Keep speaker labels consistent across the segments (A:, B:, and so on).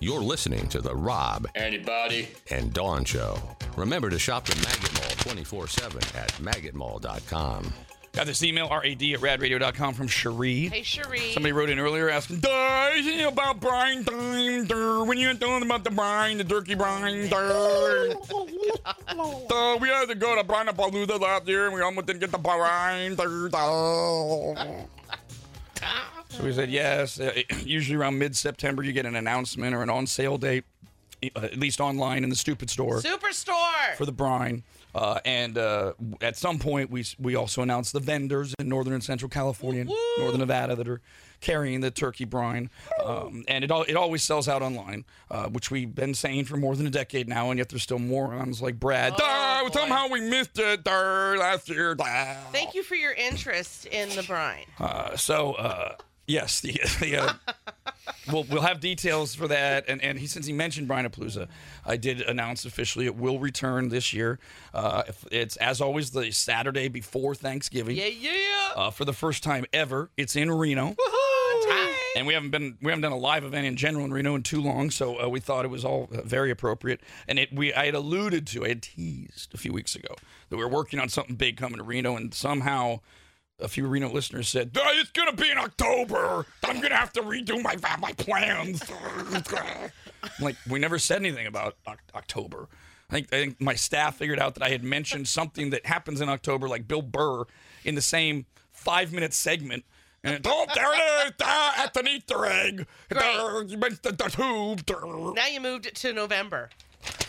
A: You're listening to the Rob
B: Anybody?
A: and Dawn Show. Remember to shop the Maggot Mall 24 7 at maggotmall.com.
C: Got this email, rad at radradio.com from Cherie.
D: Hey, Cherie.
C: Somebody wrote in earlier asking, "Duh, isn't it about Brian Dime? Duh, when you talking about the Brian, the turkey Brian, duh. duh, we had to go to Brian Palooza last year and we almost didn't get the Brian. Duh, duh." So we said, yes, uh, usually around mid September, you get an announcement or an on sale date, uh, at least online in the stupid store
D: Superstore.
C: for the brine. Uh, and uh, at some point, we we also announced the vendors in northern and central California, and northern Nevada, that are carrying the turkey brine. Um, and it al- it always sells out online, uh, which we've been saying for more than a decade now. And yet there's still morons like Brad. "Duh, somehow we missed it duh, last year. duh."
D: Thank you for your interest in the brine.
C: Uh, so uh, yes, the, the uh, we'll we'll have details for that. And and he since he mentioned Brian Apalooza, I did announce officially it will return this year. Uh, if- it's as always the Saturday before Thanksgiving.
D: Yeah, yeah.
C: Uh, for the first time ever, it's in Reno. Oh, And we haven't been we haven't done a live event in general in Reno in too long, so uh, we thought it was all uh, very appropriate. And it we I had alluded to, I had teased a few weeks ago that we were working on something big coming to Reno, and somehow a few Reno listeners said "Uh, it's gonna be in October. I'm gonna have to redo my my plans. I'm like we never said anything about Oc- October. I think, I think my staff figured out that I had mentioned something that happens in October, like Bill Burr, in the same five minute segment. And it, oh, there it is! Ah, that's an Easter egg. There, you mentioned the tube. There.
D: Now you moved it to November.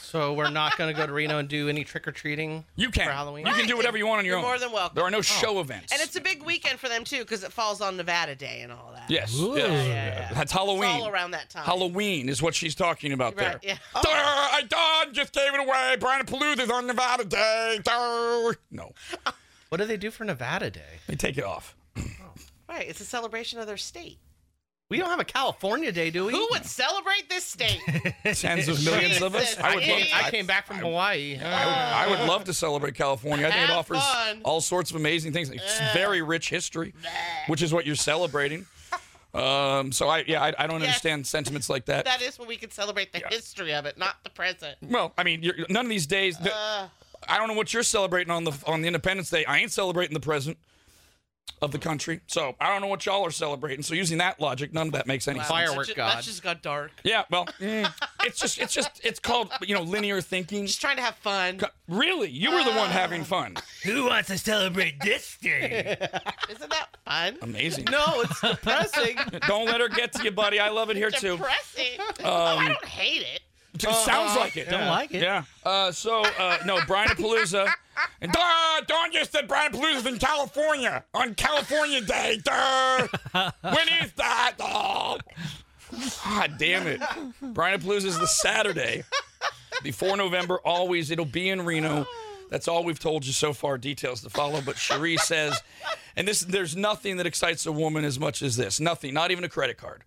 E: So we're not going to go to Reno and do any trick or treating
C: You can.
E: for Halloween.
C: You can do whatever you want on your
D: You're
C: own.
D: more than welcome. Oh.
C: There are no show events.
D: And it's a big weekend for them, too, because it falls on Nevada Day and all that.
C: yes, yes.
D: yeah.
C: That's Halloween.
D: It's all around that time.
C: Halloween is what she's talking about there.
D: Right, yeah. Oh.
C: Duh, I done just gave it away. Brian Palooza's on Nevada Day. Duh. No,
E: What do they do for Nevada Day?
C: they take it off.
D: Right. It's a celebration of their state.
E: We don't have a California Day, do we?
D: Who would celebrate this state?
C: Tens of millions of us.
D: Jesus.
C: I would love.
D: Hey,
C: I,
E: I came back from Hawaii.
C: I would, I would love to celebrate California. I think it
D: Have
C: offers
D: fun.
C: all sorts of amazing things. It's very rich history, which is what you're celebrating. Um, so I, yeah, I, I don't
D: Yes.
C: understand sentiments like that.
D: that is when we can celebrate the history of it, not the present.
C: well, I mean, you're, none of these days. the- I don't know what you're celebrating on the on the Independence Day. I ain't celebrating the present of the country, so I don't know what y'all are celebrating. So using that logic, none of that makes any sense.
D: That
E: Firework
D: ju-
E: god.
D: That just got dark.
C: Yeah, well, mm, it's just it's just it's called you know linear thinking.
D: Just trying to have fun.
C: Really, you were the one having fun.
F: Who wants to celebrate this day?
D: Isn't that fun?
C: Amazing.
E: no, it's depressing.
C: Don't let her get to you, buddy. I love it here too. Um,
D: Depressing. oh, I don't hate it.
C: It sounds like it.
E: Don't like it.
C: Yeah. Uh, so uh, no, Brian Palooza. And Duh, Dawn just said Brian Palooza's in California on California Day. Duh. when is that? Oh. God damn it. Brian Palooza's the Saturday before November. Always, it'll be in Reno. That's all we've told you so far. Details to follow. But Cherie says, and this there's nothing that excites a woman as much as this. Nothing. Not even a credit card.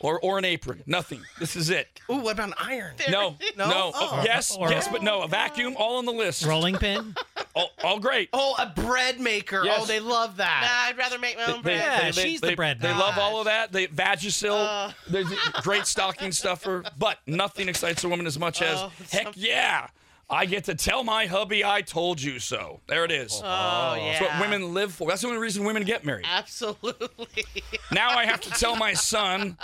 C: Or, or an apron. Nothing. This is it.
E: Ooh, what about an iron?
C: No, no. Oh, yes,
F: Or-
C: yes, but no. A vacuum, all on the list.
F: Rolling pin?
C: All, all great.
E: Oh, a bread maker.
C: Yes.
E: Oh, they love
D: Nah,
E: that.
D: I'd rather make my own
C: They-
D: bread.
F: Yeah,
C: they-
F: she's the
C: they-
F: bread
C: They
F: man.
C: love all of that. They Vagisil, they're the great stocking stuffer. But nothing excites a woman as much as
D: Oh,
C: heck yeah, I get to tell my hubby I told you so. There it is.
D: Oh, yeah.
C: That's what women live for. That's the only reason women get married.
D: Absolutely.
C: Now I have to tell my son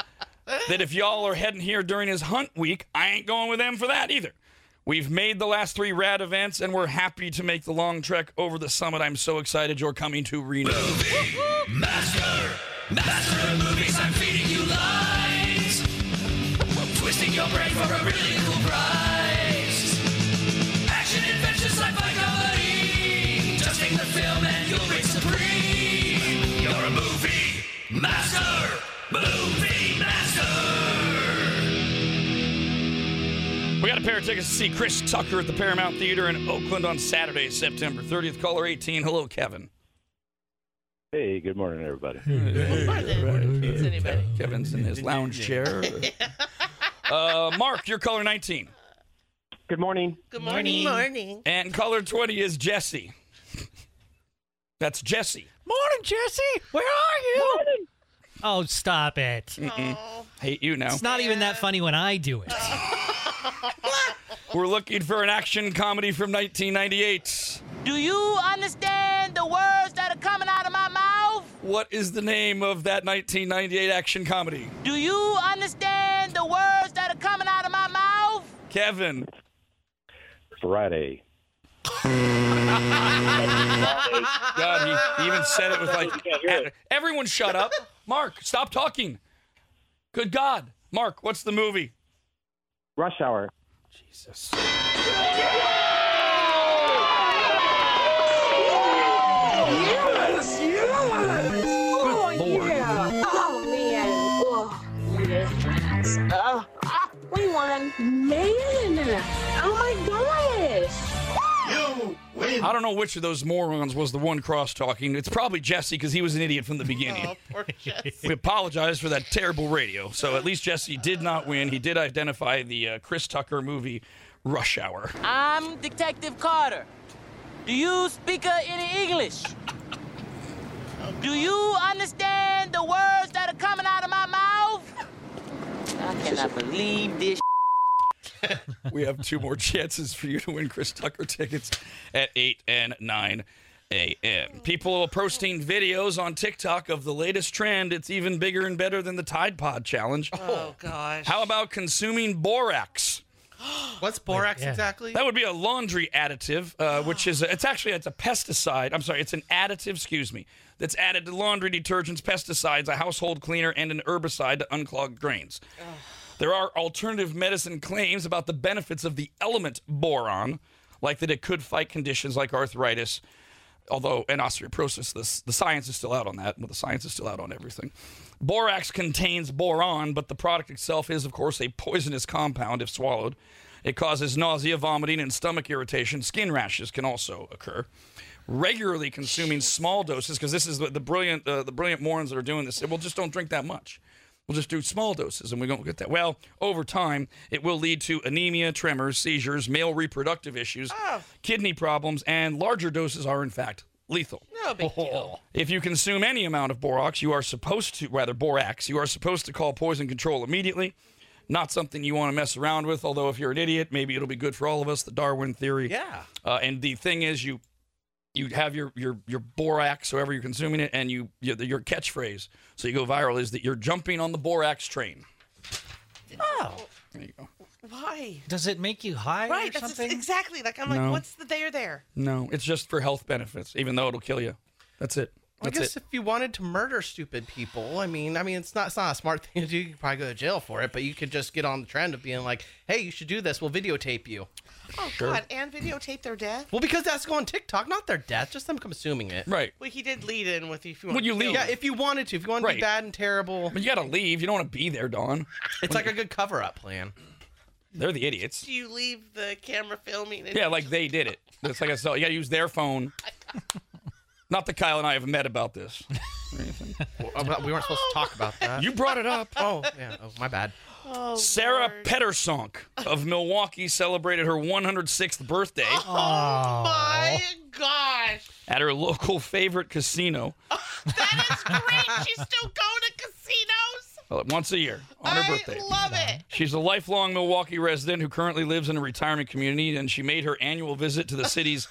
C: that if y'all are heading here during his hunt week, I ain't going with them for that either. We've made the last three rad events, and we're happy to make the long trek over the summit. I'm so excited you're coming to Reno.
F: Master! Master of movies, I'm feeding you lies! Twisting your brain for a really cool prize! Action, adventure, sci-fi, comedy! Just take the film and you'll reign supreme! You're a movie master! Movie master!
C: We got a pair of tickets to see Chris Tucker at the Paramount Theater in Oakland on Saturday, September 30th. Caller 18. Hello, Kevin.
G: Hey, good morning, everybody.
D: More than it's anybody.
C: Kevin's in his lounge chair. Uh, Mark, you're caller 19.
G: Good morning.
D: Good morning. Morning.
C: And caller 20 is Jesse. That's Jesse.
F: Morning, Jesse! Where are you?
B: Oh, stop it.
D: Oh,
C: Hate you now.
B: It's not even that funny when I do it.
C: We're looking for an action comedy from 1998.
H: Do you understand the words that are coming out of my mouth?
C: What is the name of that 1998 action comedy?
H: Do you understand the words that are coming out of my mouth?
C: Kevin.
G: Friday.
C: God, he, he even said it with like, everyone shut up. Mark, stop talking. Good God. Mark, what's the movie?
G: Rush hour.
I: Oh man. Oh, yes. Oh, ah, we won. Man. Oh my gosh.
C: I don't know which of those morons was the one cross talking. It's probably Jesse because he was an idiot from the beginning.
D: oh, poor Jess.
C: We apologize for that terrible radio. So at least Jesse did not win. He did identify the uh, Chris Tucker movie Rush Hour.
H: I'm Detective Carter. Do you speak uh, any English? Do you understand the words that are coming out of my mouth? I cannot believe this.
C: We have two more chances for you to win Chris Tucker tickets at 8 and 9 a.m. People are posting videos on TikTok of the latest trend. It's even bigger and better than the Tide Pod Challenge.
D: Oh gosh.
C: How about consuming borax?
E: What's borax
B: yeah.
E: exactly?
C: That would be a laundry additive, uh, which is a, it's actually it's a pesticide. I'm sorry, it's an additive. Excuse me. That's added to laundry detergents, pesticides, a household cleaner, and an herbicide to unclog drains. There are alternative medicine claims about the benefits of the element boron, like that it could fight conditions like arthritis, although and osteoporosis. The, the science is still out on that. Well, the science is still out on everything. Borax contains boron, but the product itself is, of course, a poisonous compound if swallowed. It causes nausea, vomiting, and stomach irritation. Skin rashes can also occur. Regularly consuming small doses, because this is what the brilliant uh, the brilliant morons that are doing this. Say, well, just don't drink that much. We'll just do small doses, and we won't get that. Well, over time, it will lead to anemia, tremors, seizures, male reproductive issues, kidney problems, and larger doses are in fact lethal.
D: No big
C: Oh.
D: deal.
C: If you consume any amount of borax, you are supposed to, rather, borax, you are supposed to call poison control immediately. Not something you want to mess around with, although if you're an idiot, maybe it'll be good for all of us, the Darwin theory.
E: yeah.
C: Uh, and the thing is, you you have your your your borax, however you're consuming it, and you your, your catchphrase, so you go viral, is that you're jumping on the borax train. Oh, there you go.
D: Why?
B: Does it make you high
D: Right.
B: or
D: That's
B: something?
D: exactly like I'm
C: No.
D: like, what's the there there?
C: No, it's just for health benefits, even though it'll kill you. That's it.
E: I
C: That's
E: guess
C: it.
E: if you wanted to murder stupid people, I mean, I mean, it's not, it's not a smart thing to do. You could probably go to jail for it, but you could just get on the trend of being like, "Hey, you should do this. We'll videotape you."
D: Oh God! And videotape their death.
E: Well, because that's going TikTok, not their death, just them consuming it.
C: right.
D: Well, he did lead in with if you want.
C: Well, you
D: to
C: lead-
D: kill
E: Yeah,
D: him.
E: if you wanted to, if you want to
C: Right.
E: be bad and terrible,
C: But you got to leave. You don't want to be there, Don.
E: it's like a good cover-up plan.
C: They're the idiots.
D: Do you leave the camera filming? And
C: Yeah, like they did it. It's like I said, you got to use their phone. Not that Kyle and I have met about this.
E: Well, uh, we weren't supposed to talk about that.
C: You brought it up.
E: oh, yeah. Oh, my bad.
D: Oh,
C: Sarah
D: Lord.
C: Pettersonk of Milwaukee celebrated her 106th birthday
D: Oh. My gosh,
C: at her local favorite casino
D: that is great! She's still going to casinos.
C: uh, once a year on her
D: I
C: birthday.
D: love it.
C: She's a lifelong Milwaukee resident who currently lives in a retirement community, and she made her annual visit to the city's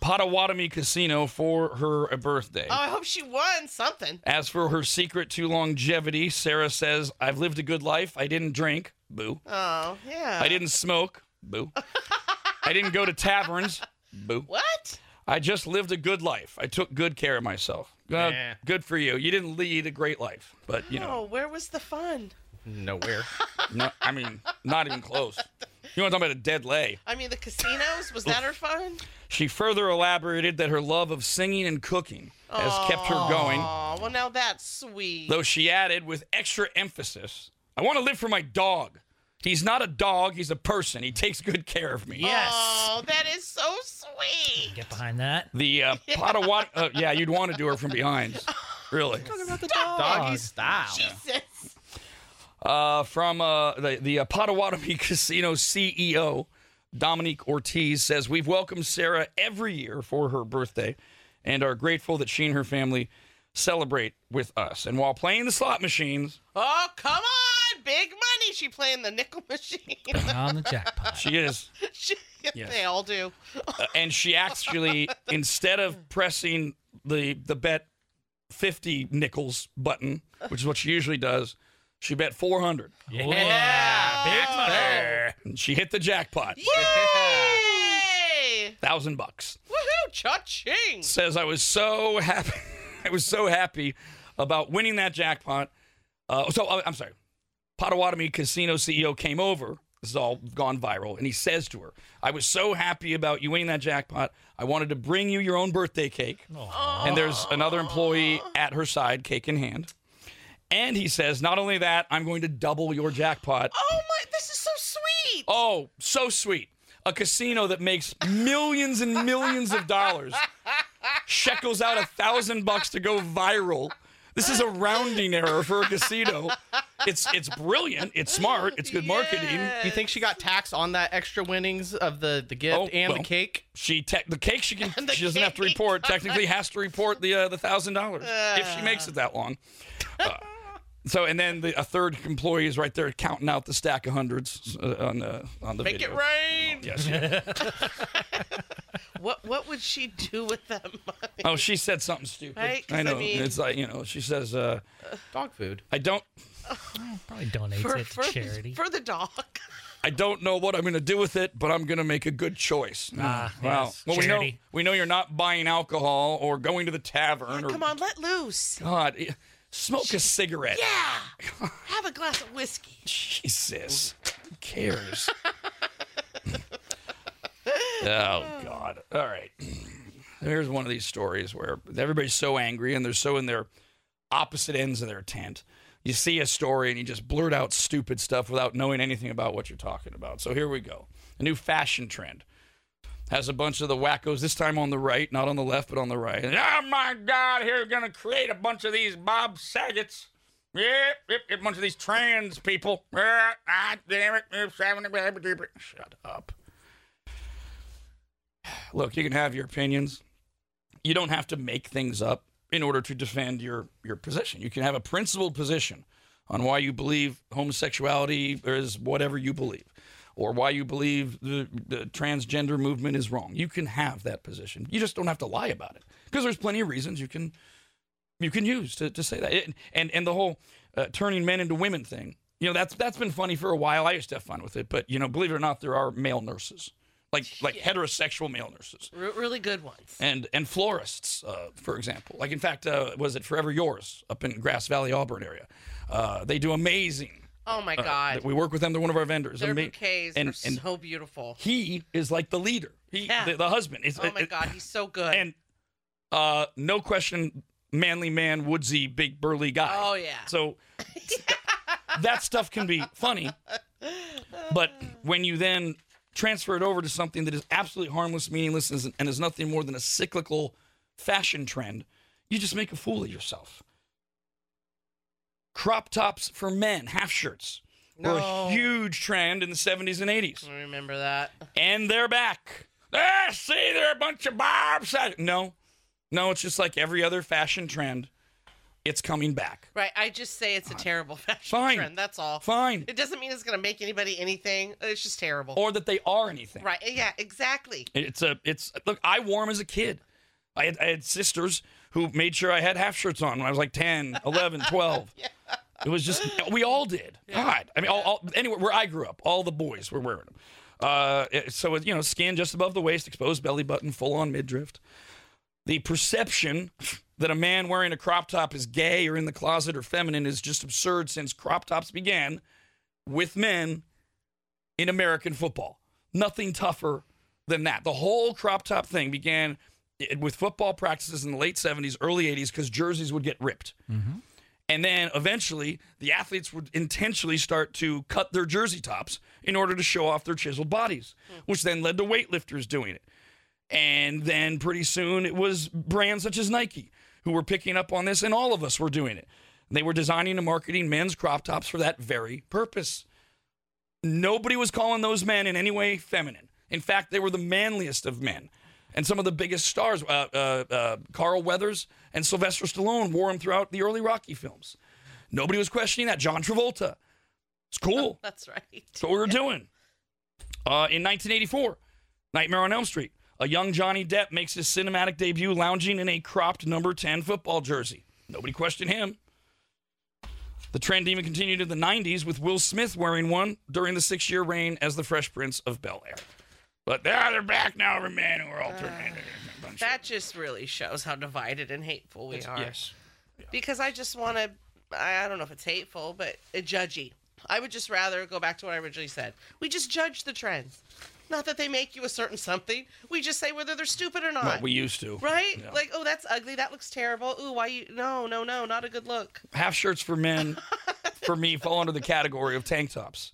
C: Potawatomi Casino for her birthday.
D: Oh, I hope she won something.
C: As for her secret to longevity, Sarah says, I've lived a good life. I didn't drink. Boo.
D: Oh yeah.
C: I didn't smoke. Boo. I didn't go to taverns. Boo.
D: What?
C: I just lived a good life. I took good care of myself. Uh,
E: Yeah.
C: Good for you. You didn't lead a great life, but you
D: Oh,
C: know,
D: where was the fun?
E: Nowhere.
C: no, I mean, not even close. You want to talk about a dead lay?
D: I mean, the casinos. Was that her fun?
C: She further elaborated that her love of singing and cooking has kept her going,
D: Oh, well, now that's sweet.
C: though she added with extra emphasis, I want to live for my dog. He's not a dog, he's a person. He takes good care of me.
D: Oh, that is so sweet.
B: Get behind that.
C: The uh, Potawatomi, uh, yeah, you'd want to do her from behind. Really.
E: Doggy style.
D: Jesus.
C: uh, from uh, the, the uh, Potawatomi Casino CEO, Dominique Ortiz, says We've welcomed Sarah every year for her birthday and are grateful that she and her family celebrate with us. And while playing the slot machines,
D: Oh, come on. Big money. She playing the nickel machine.
B: on the jackpot.
C: she is,
D: She-
C: Yes.
D: They all do.
C: uh, and she actually, instead of pressing the the bet fifty nickels button, which is what she usually does, she bet four hundred.
B: Yeah,
D: Oh.
C: And she hit the jackpot,
D: Yay!
C: thousand bucks.
D: Woohoo! Cha-ching!
C: says I was so happy. I was so happy about winning that jackpot. Uh, so uh, I'm sorry. Potawatomi Casino CEO came over. This is all gone viral, and he says to her, "I was so happy about you winning that jackpot. I wanted to bring you your own birthday cake." And there's another employee at her side, cake in hand. And he says, "Not only that, I'm going to double your jackpot."
D: Oh my, this is so sweet!
C: Oh, so sweet. A casino that makes millions and millions of dollars shekels out a thousand bucks to go viral. This is a rounding error for a casino. It's it's brilliant. It's smart. It's good marketing.
E: Do you think she got taxed on that extra winnings of the the gift
C: Oh,
E: and
C: well.
E: the cake?
C: She te- the cake she can
D: the
C: she doesn't have to
D: cake.
C: report. Technically, has to report the uh, the thousand dollars if she makes it that long. Uh, so and then the, a third employee is right there counting out the stack of hundreds uh, on the on the
D: Make
C: video.
D: it rain!
C: Yes. yeah.
D: What what would she do with that money?
C: Oh, she said something stupid.
D: Right? 'Cause
C: I
D: I
C: know.
D: mean-
C: it's like you know. She says, uh,
E: Dog food.
C: "I don't,
B: Probably donates
D: For,
B: it to
D: for,
B: charity.
D: for the dog.
C: I don't know what I'm going to do with it, but I'm going to make a good choice." Mm,
B: Ah,
C: wow.
B: yes,
C: Well, we know
B: charity.
C: we know you're not buying alcohol or going to the tavern or
D: Come on, let loose.
C: God, eh, smoke a cigarette.
D: Yeah! Have a glass of whiskey.
C: Jesus, who cares? oh God! All right, here's one of these stories where everybody's so angry and they're so in their opposite ends of their tent. You see a story and you just blurt out stupid stuff without knowing anything about what you're talking about. So here we go. A new fashion trend has a bunch of the wackos, this time on the right, not on the left, but on the right. And, oh my God, here we're going to create a bunch of these Bob Saget's. Yep, yep, yep, a bunch of these trans people. Yeah, ah, damn it, yep, seven, yep, yep, yep. Shut up. Look, you can have your opinions. You don't have to make things up in order to defend your, your position. You can have a principled position on why you believe homosexuality is whatever you believe or why you believe the, the transgender movement is wrong. You can have that position. You just don't have to lie about it because there's plenty of reasons you can you can use to, to say that. It- and and the whole uh, turning men into women thing. You know that's that's been funny for a while. I used to have fun with it, but you know, believe it or not, there are male nurses, like like heterosexual male nurses
D: Re- really good ones.
C: and and florists, uh, for example. Like in fact, uh, was it Forever Yours up in Grass Valley, Auburn area? Uh, they do amazing.
D: Oh my
C: uh,
D: God.
C: we work with them. They're one of our vendors.
D: Their
C: Ama-
D: bouquets
C: and,
D: are
C: and
D: so beautiful.
C: he is like the leader. He,
D: Yeah.
C: the, the husband. Is, uh,
D: Oh my God, he's so good.
C: And uh, no question, manly man, woodsy, big burly guy.
D: Oh, yeah.
C: So that stuff can be funny, but when you then transfer it over to something that is absolutely harmless, meaningless, and is- and is nothing more than a cyclical fashion trend, you just make a fool of yourself. Crop tops for men, half shirts, were a
E: No.
C: huge trend in the 70s and 80s
D: I remember that.
C: and they're back. Ah, see, they're a bunch of barbs. No, no, it's just like every other fashion trend. It's coming back.
D: Right, I just say it's a terrible fashion
C: Uh, Fine.
D: trend. That's all.
C: Fine.
D: It doesn't mean it's going to make anybody anything. It's just terrible.
C: Or that they are anything.
D: right, eh, yeah, exactly.
C: It's a, it's, look, I wore them as a kid. I had, I had sisters who made sure I had half shirts on when I was like 10, 11, 12. It was just, we all did. God. I mean, all, all, anywhere where I grew up, all the boys were wearing them. Uh, it- so, it, you know, skin just above the waist, exposed belly button, full on midriff. the perception that a man wearing a crop top is gay or in the closet or feminine is just absurd since crop tops began with men in American football. Nothing tougher than that. The whole crop top thing began i- with football practices in the late 70s, early 80s, because jerseys would get ripped. And then eventually, the athletes would intentionally start to cut their jersey tops in order to show off their chiseled bodies, which then led to weightlifters doing it. And then pretty soon it was brands such as Nike who were picking up on this, and all of us were doing it. They were designing and marketing men's crop tops for that very purpose. Nobody was calling those men in any way feminine. In fact, they were the manliest of men. and some of the biggest stars, uh, uh, uh, Carl Weathers and Sylvester Stallone, wore them throughout the early Rocky films. Nobody was questioning that. John Travolta. It's cool.
D: That's right.
C: That's what we were doing. Uh, in 1984, Nightmare on Elm Street, a young Johnny Depp makes his cinematic debut lounging in a cropped number 10 football jersey. Nobody questioned him. The trend even continued in the 90s with Will Smith wearing one during the six year reign as the Fresh Prince of Bel Air. But they're, they're back now, man, and we're alternating.
D: That just really shows how divided and hateful we are.
C: yes.
D: Because I just want to, I I don't know if it's hateful, but uh, judgy. I would just rather go back to what I originally said. We just judge the trends. Not that they make you a certain something. We just say whether they're stupid or not.
C: What we used to.
D: right?
C: Yeah.
D: Like, oh, that's ugly. That looks terrible. Ooh, why you? No, no, no, not a good look.
C: half shirts for men for me fall under the category of tank tops.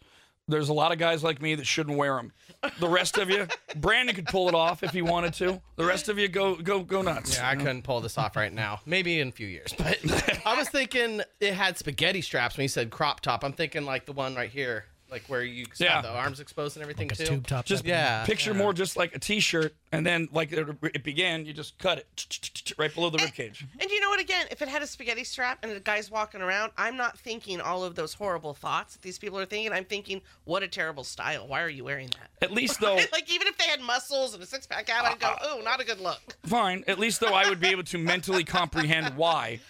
C: There's a lot of guys like me that shouldn't wear them. The rest of you, Brandon could pull it off if he wanted to. The rest of you go go go nuts.
E: Yeah, I couldn't pull this off right now. Maybe in a few years. But I was thinking it had spaghetti straps when you said crop top. I'm thinking like the one right here, like where you
C: Yeah.
E: have the arms exposed and everything
B: It's
E: too.
B: tube top.
C: Just
E: Yeah.
C: picture more just like a t-shirt and then like it it began, you just cut it right below the ribcage.
D: And you know what? Again, if it had a spaghetti strap and the guy's walking around, I'm not thinking all of those horrible thoughts that these people are thinking. I'm thinking, what a terrible style. Why are you wearing that?
C: At least though
D: like even if they had muscles and a six pack out, I'd go, oh, not a good look.
C: fine. At least though, I would be able to mentally comprehend why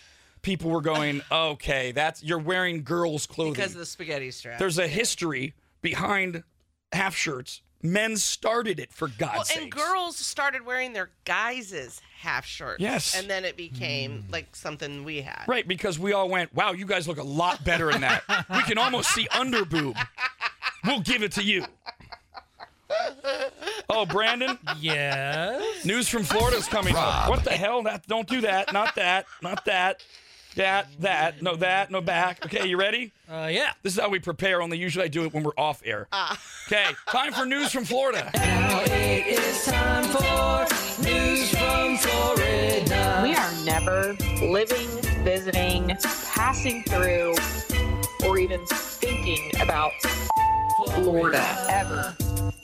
C: people were going. Okay, that's you're wearing girls' clothing
D: Because of the spaghetti strap.
C: There's a history behind half shirts. Men started it for God's
D: well,
C: sake.
D: and girls started wearing their guys' half shirts.
C: Yes.
D: And then it became like something we had.
C: Right, because we all went, wow, you guys look a lot better in that. we can almost see under boob. We'll give it to you. Oh, Brandon,
B: Yes.
C: news from Florida's coming up. What the hell? That, don't do that. Not that. Not that. That, that, no, that, no, back. Okay, you ready?
B: Uh, yeah.
C: This is how we prepare, only usually I do it when we're off air.
D: Ah.
C: Okay, time for news from Florida.
J: We are never living, visiting, passing through, or even thinking about Florida ever.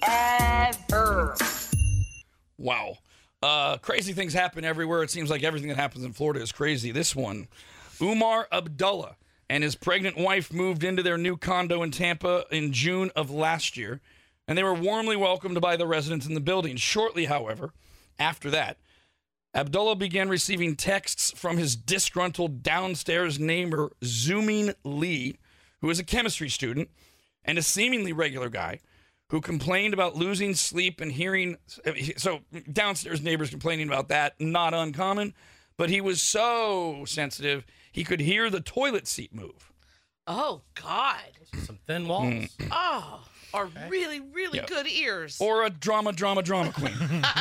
J: Ever.
C: Wow. Uh, crazy things happen everywhere. It seems like everything that happens in Florida is crazy. This one Umar Abdullah and his pregnant wife moved into their new condo in Tampa in June of last year, and they were warmly welcomed by the residents in the building. Shortly, however, after that, Abdullah began receiving texts from his disgruntled downstairs neighbor, Zooming Lee, who is a chemistry student and a seemingly regular guy who complained about losing sleep and hearing. So, downstairs neighbors complaining about that, not uncommon, but he was so sensitive, he could hear the toilet seat move.
D: Oh God.
E: Some thin walls.
C: Mm.
D: Oh. Or really, really
C: Yeah.
D: good ears.
C: Or a drama, drama, drama queen.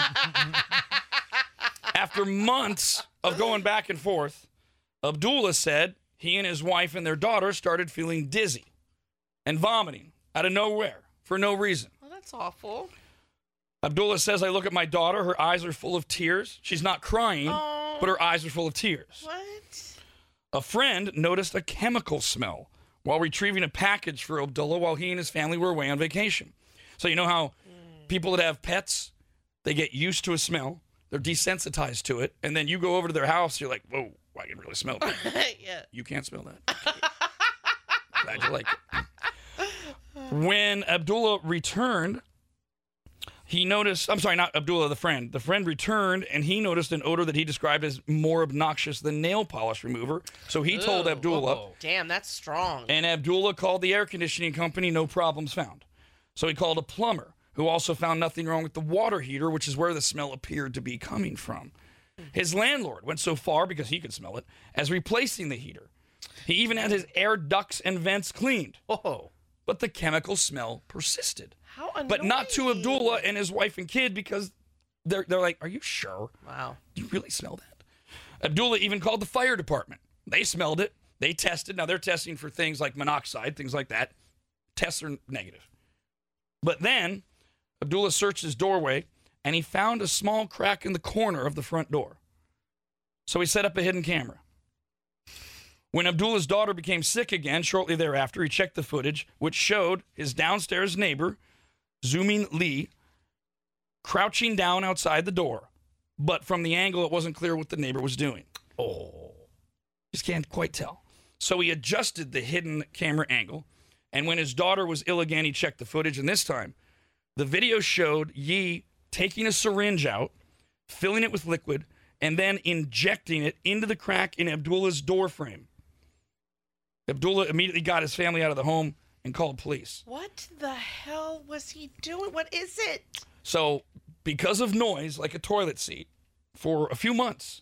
C: After months of going back and forth, Abdullah said he and his wife and their daughter started feeling dizzy and vomiting out of nowhere for no reason.
D: well, that's awful.
C: Abdullah says, I look at my daughter. Her eyes are full of tears. She's not crying, but her eyes are full of tears.
D: What?
C: A friend noticed a chemical smell while retrieving a package for Abdullah while he and his family were away on vacation. So, you know how people that have pets, they get used to a smell, they're desensitized to it, and then you go over to their house, you're like, whoa, I can really smell that.
D: yeah.
C: You can't smell that. Glad you like it. When Abdullah returned, he noticed, I'm sorry, not Abdullah, the friend. The friend returned and he noticed an odor that he described as more obnoxious than nail polish remover. So he told
E: Ew,
C: Abdullah,
E: whoa.
D: Damn, that's strong.
C: and Abdullah called the air conditioning company, no problems found. So he called a plumber who also found nothing wrong with the water heater, which is where the smell appeared to be coming from. His landlord went so far because he could smell it as replacing the heater. He even had his air ducts and vents cleaned,
E: Whoa.
C: but the chemical smell persisted.
D: How annoying.
C: But not to Abdullah and his wife and kid because they're, they're like, Are you sure?
D: Wow.
C: Do you really smell that? Abdullah even called the fire department. They smelled it. They tested. Now they're testing for things like monoxide, things like that. Tests are negative. But then Abdullah searched his doorway and he found a small crack in the corner of the front door. So he set up a hidden camera. When Abdullah's daughter became sick again shortly thereafter, he checked the footage, which showed his downstairs neighbor, Zooming Lee, crouching down outside the door, but from the angle, it wasn't clear what the neighbor was doing. Oh, just can't quite tell. So he adjusted the hidden camera angle, and when his daughter was ill again, he checked the footage. And this time, the video showed Yi taking a syringe out, filling it with liquid, and then injecting it into the crack in Abdullah's door frame. Abdullah immediately got his family out of the home and called police.
D: What the hell was he doing? What is it?
C: So, because of noise, like a toilet seat, for a few months,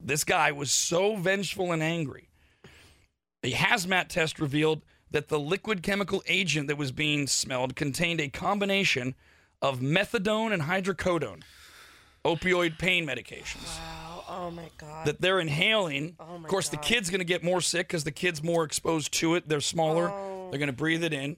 C: this guy was so vengeful and angry. A hazmat test revealed that the liquid chemical agent that was being smelled contained a combination of methadone and hydrocodone, opioid pain medications
D: Oh, oh my god.
C: that they're inhaling.
D: Oh my
C: of course, the kid's going to get more sick because the kid's more exposed to it. They're smaller.
D: Oh.
C: They're going to breathe it in.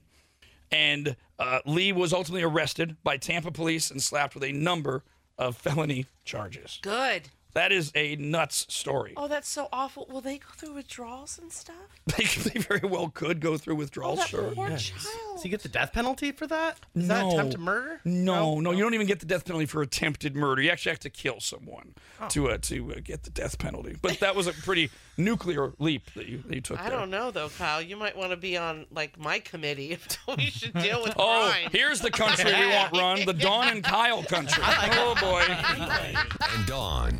C: And uh, Lee was ultimately arrested by Tampa police and slapped with a number of felony charges.
D: Good.
C: That is a nuts story.
D: Oh, that's so awful. Will they go through withdrawals and stuff?
C: They, they very well could go through withdrawals.
D: that
C: Oh, sure.
D: poor child.
E: Does he get the death penalty for that? Is that attempt to murder?
C: No, no,
D: Oh.
C: you don't even get the death penalty for attempted murder. You actually have to kill someone
D: Oh.
C: to uh, to uh, get the death penalty. But that was a pretty nuclear leap that you, that you took.
D: I
C: there.
D: don't know though, Kyle. You might want to be on like my committee if we should deal with
C: Oh,
D: crime.
C: here's the country we want run the Dawn and Kyle country. Oh, boy.
A: and Dawn.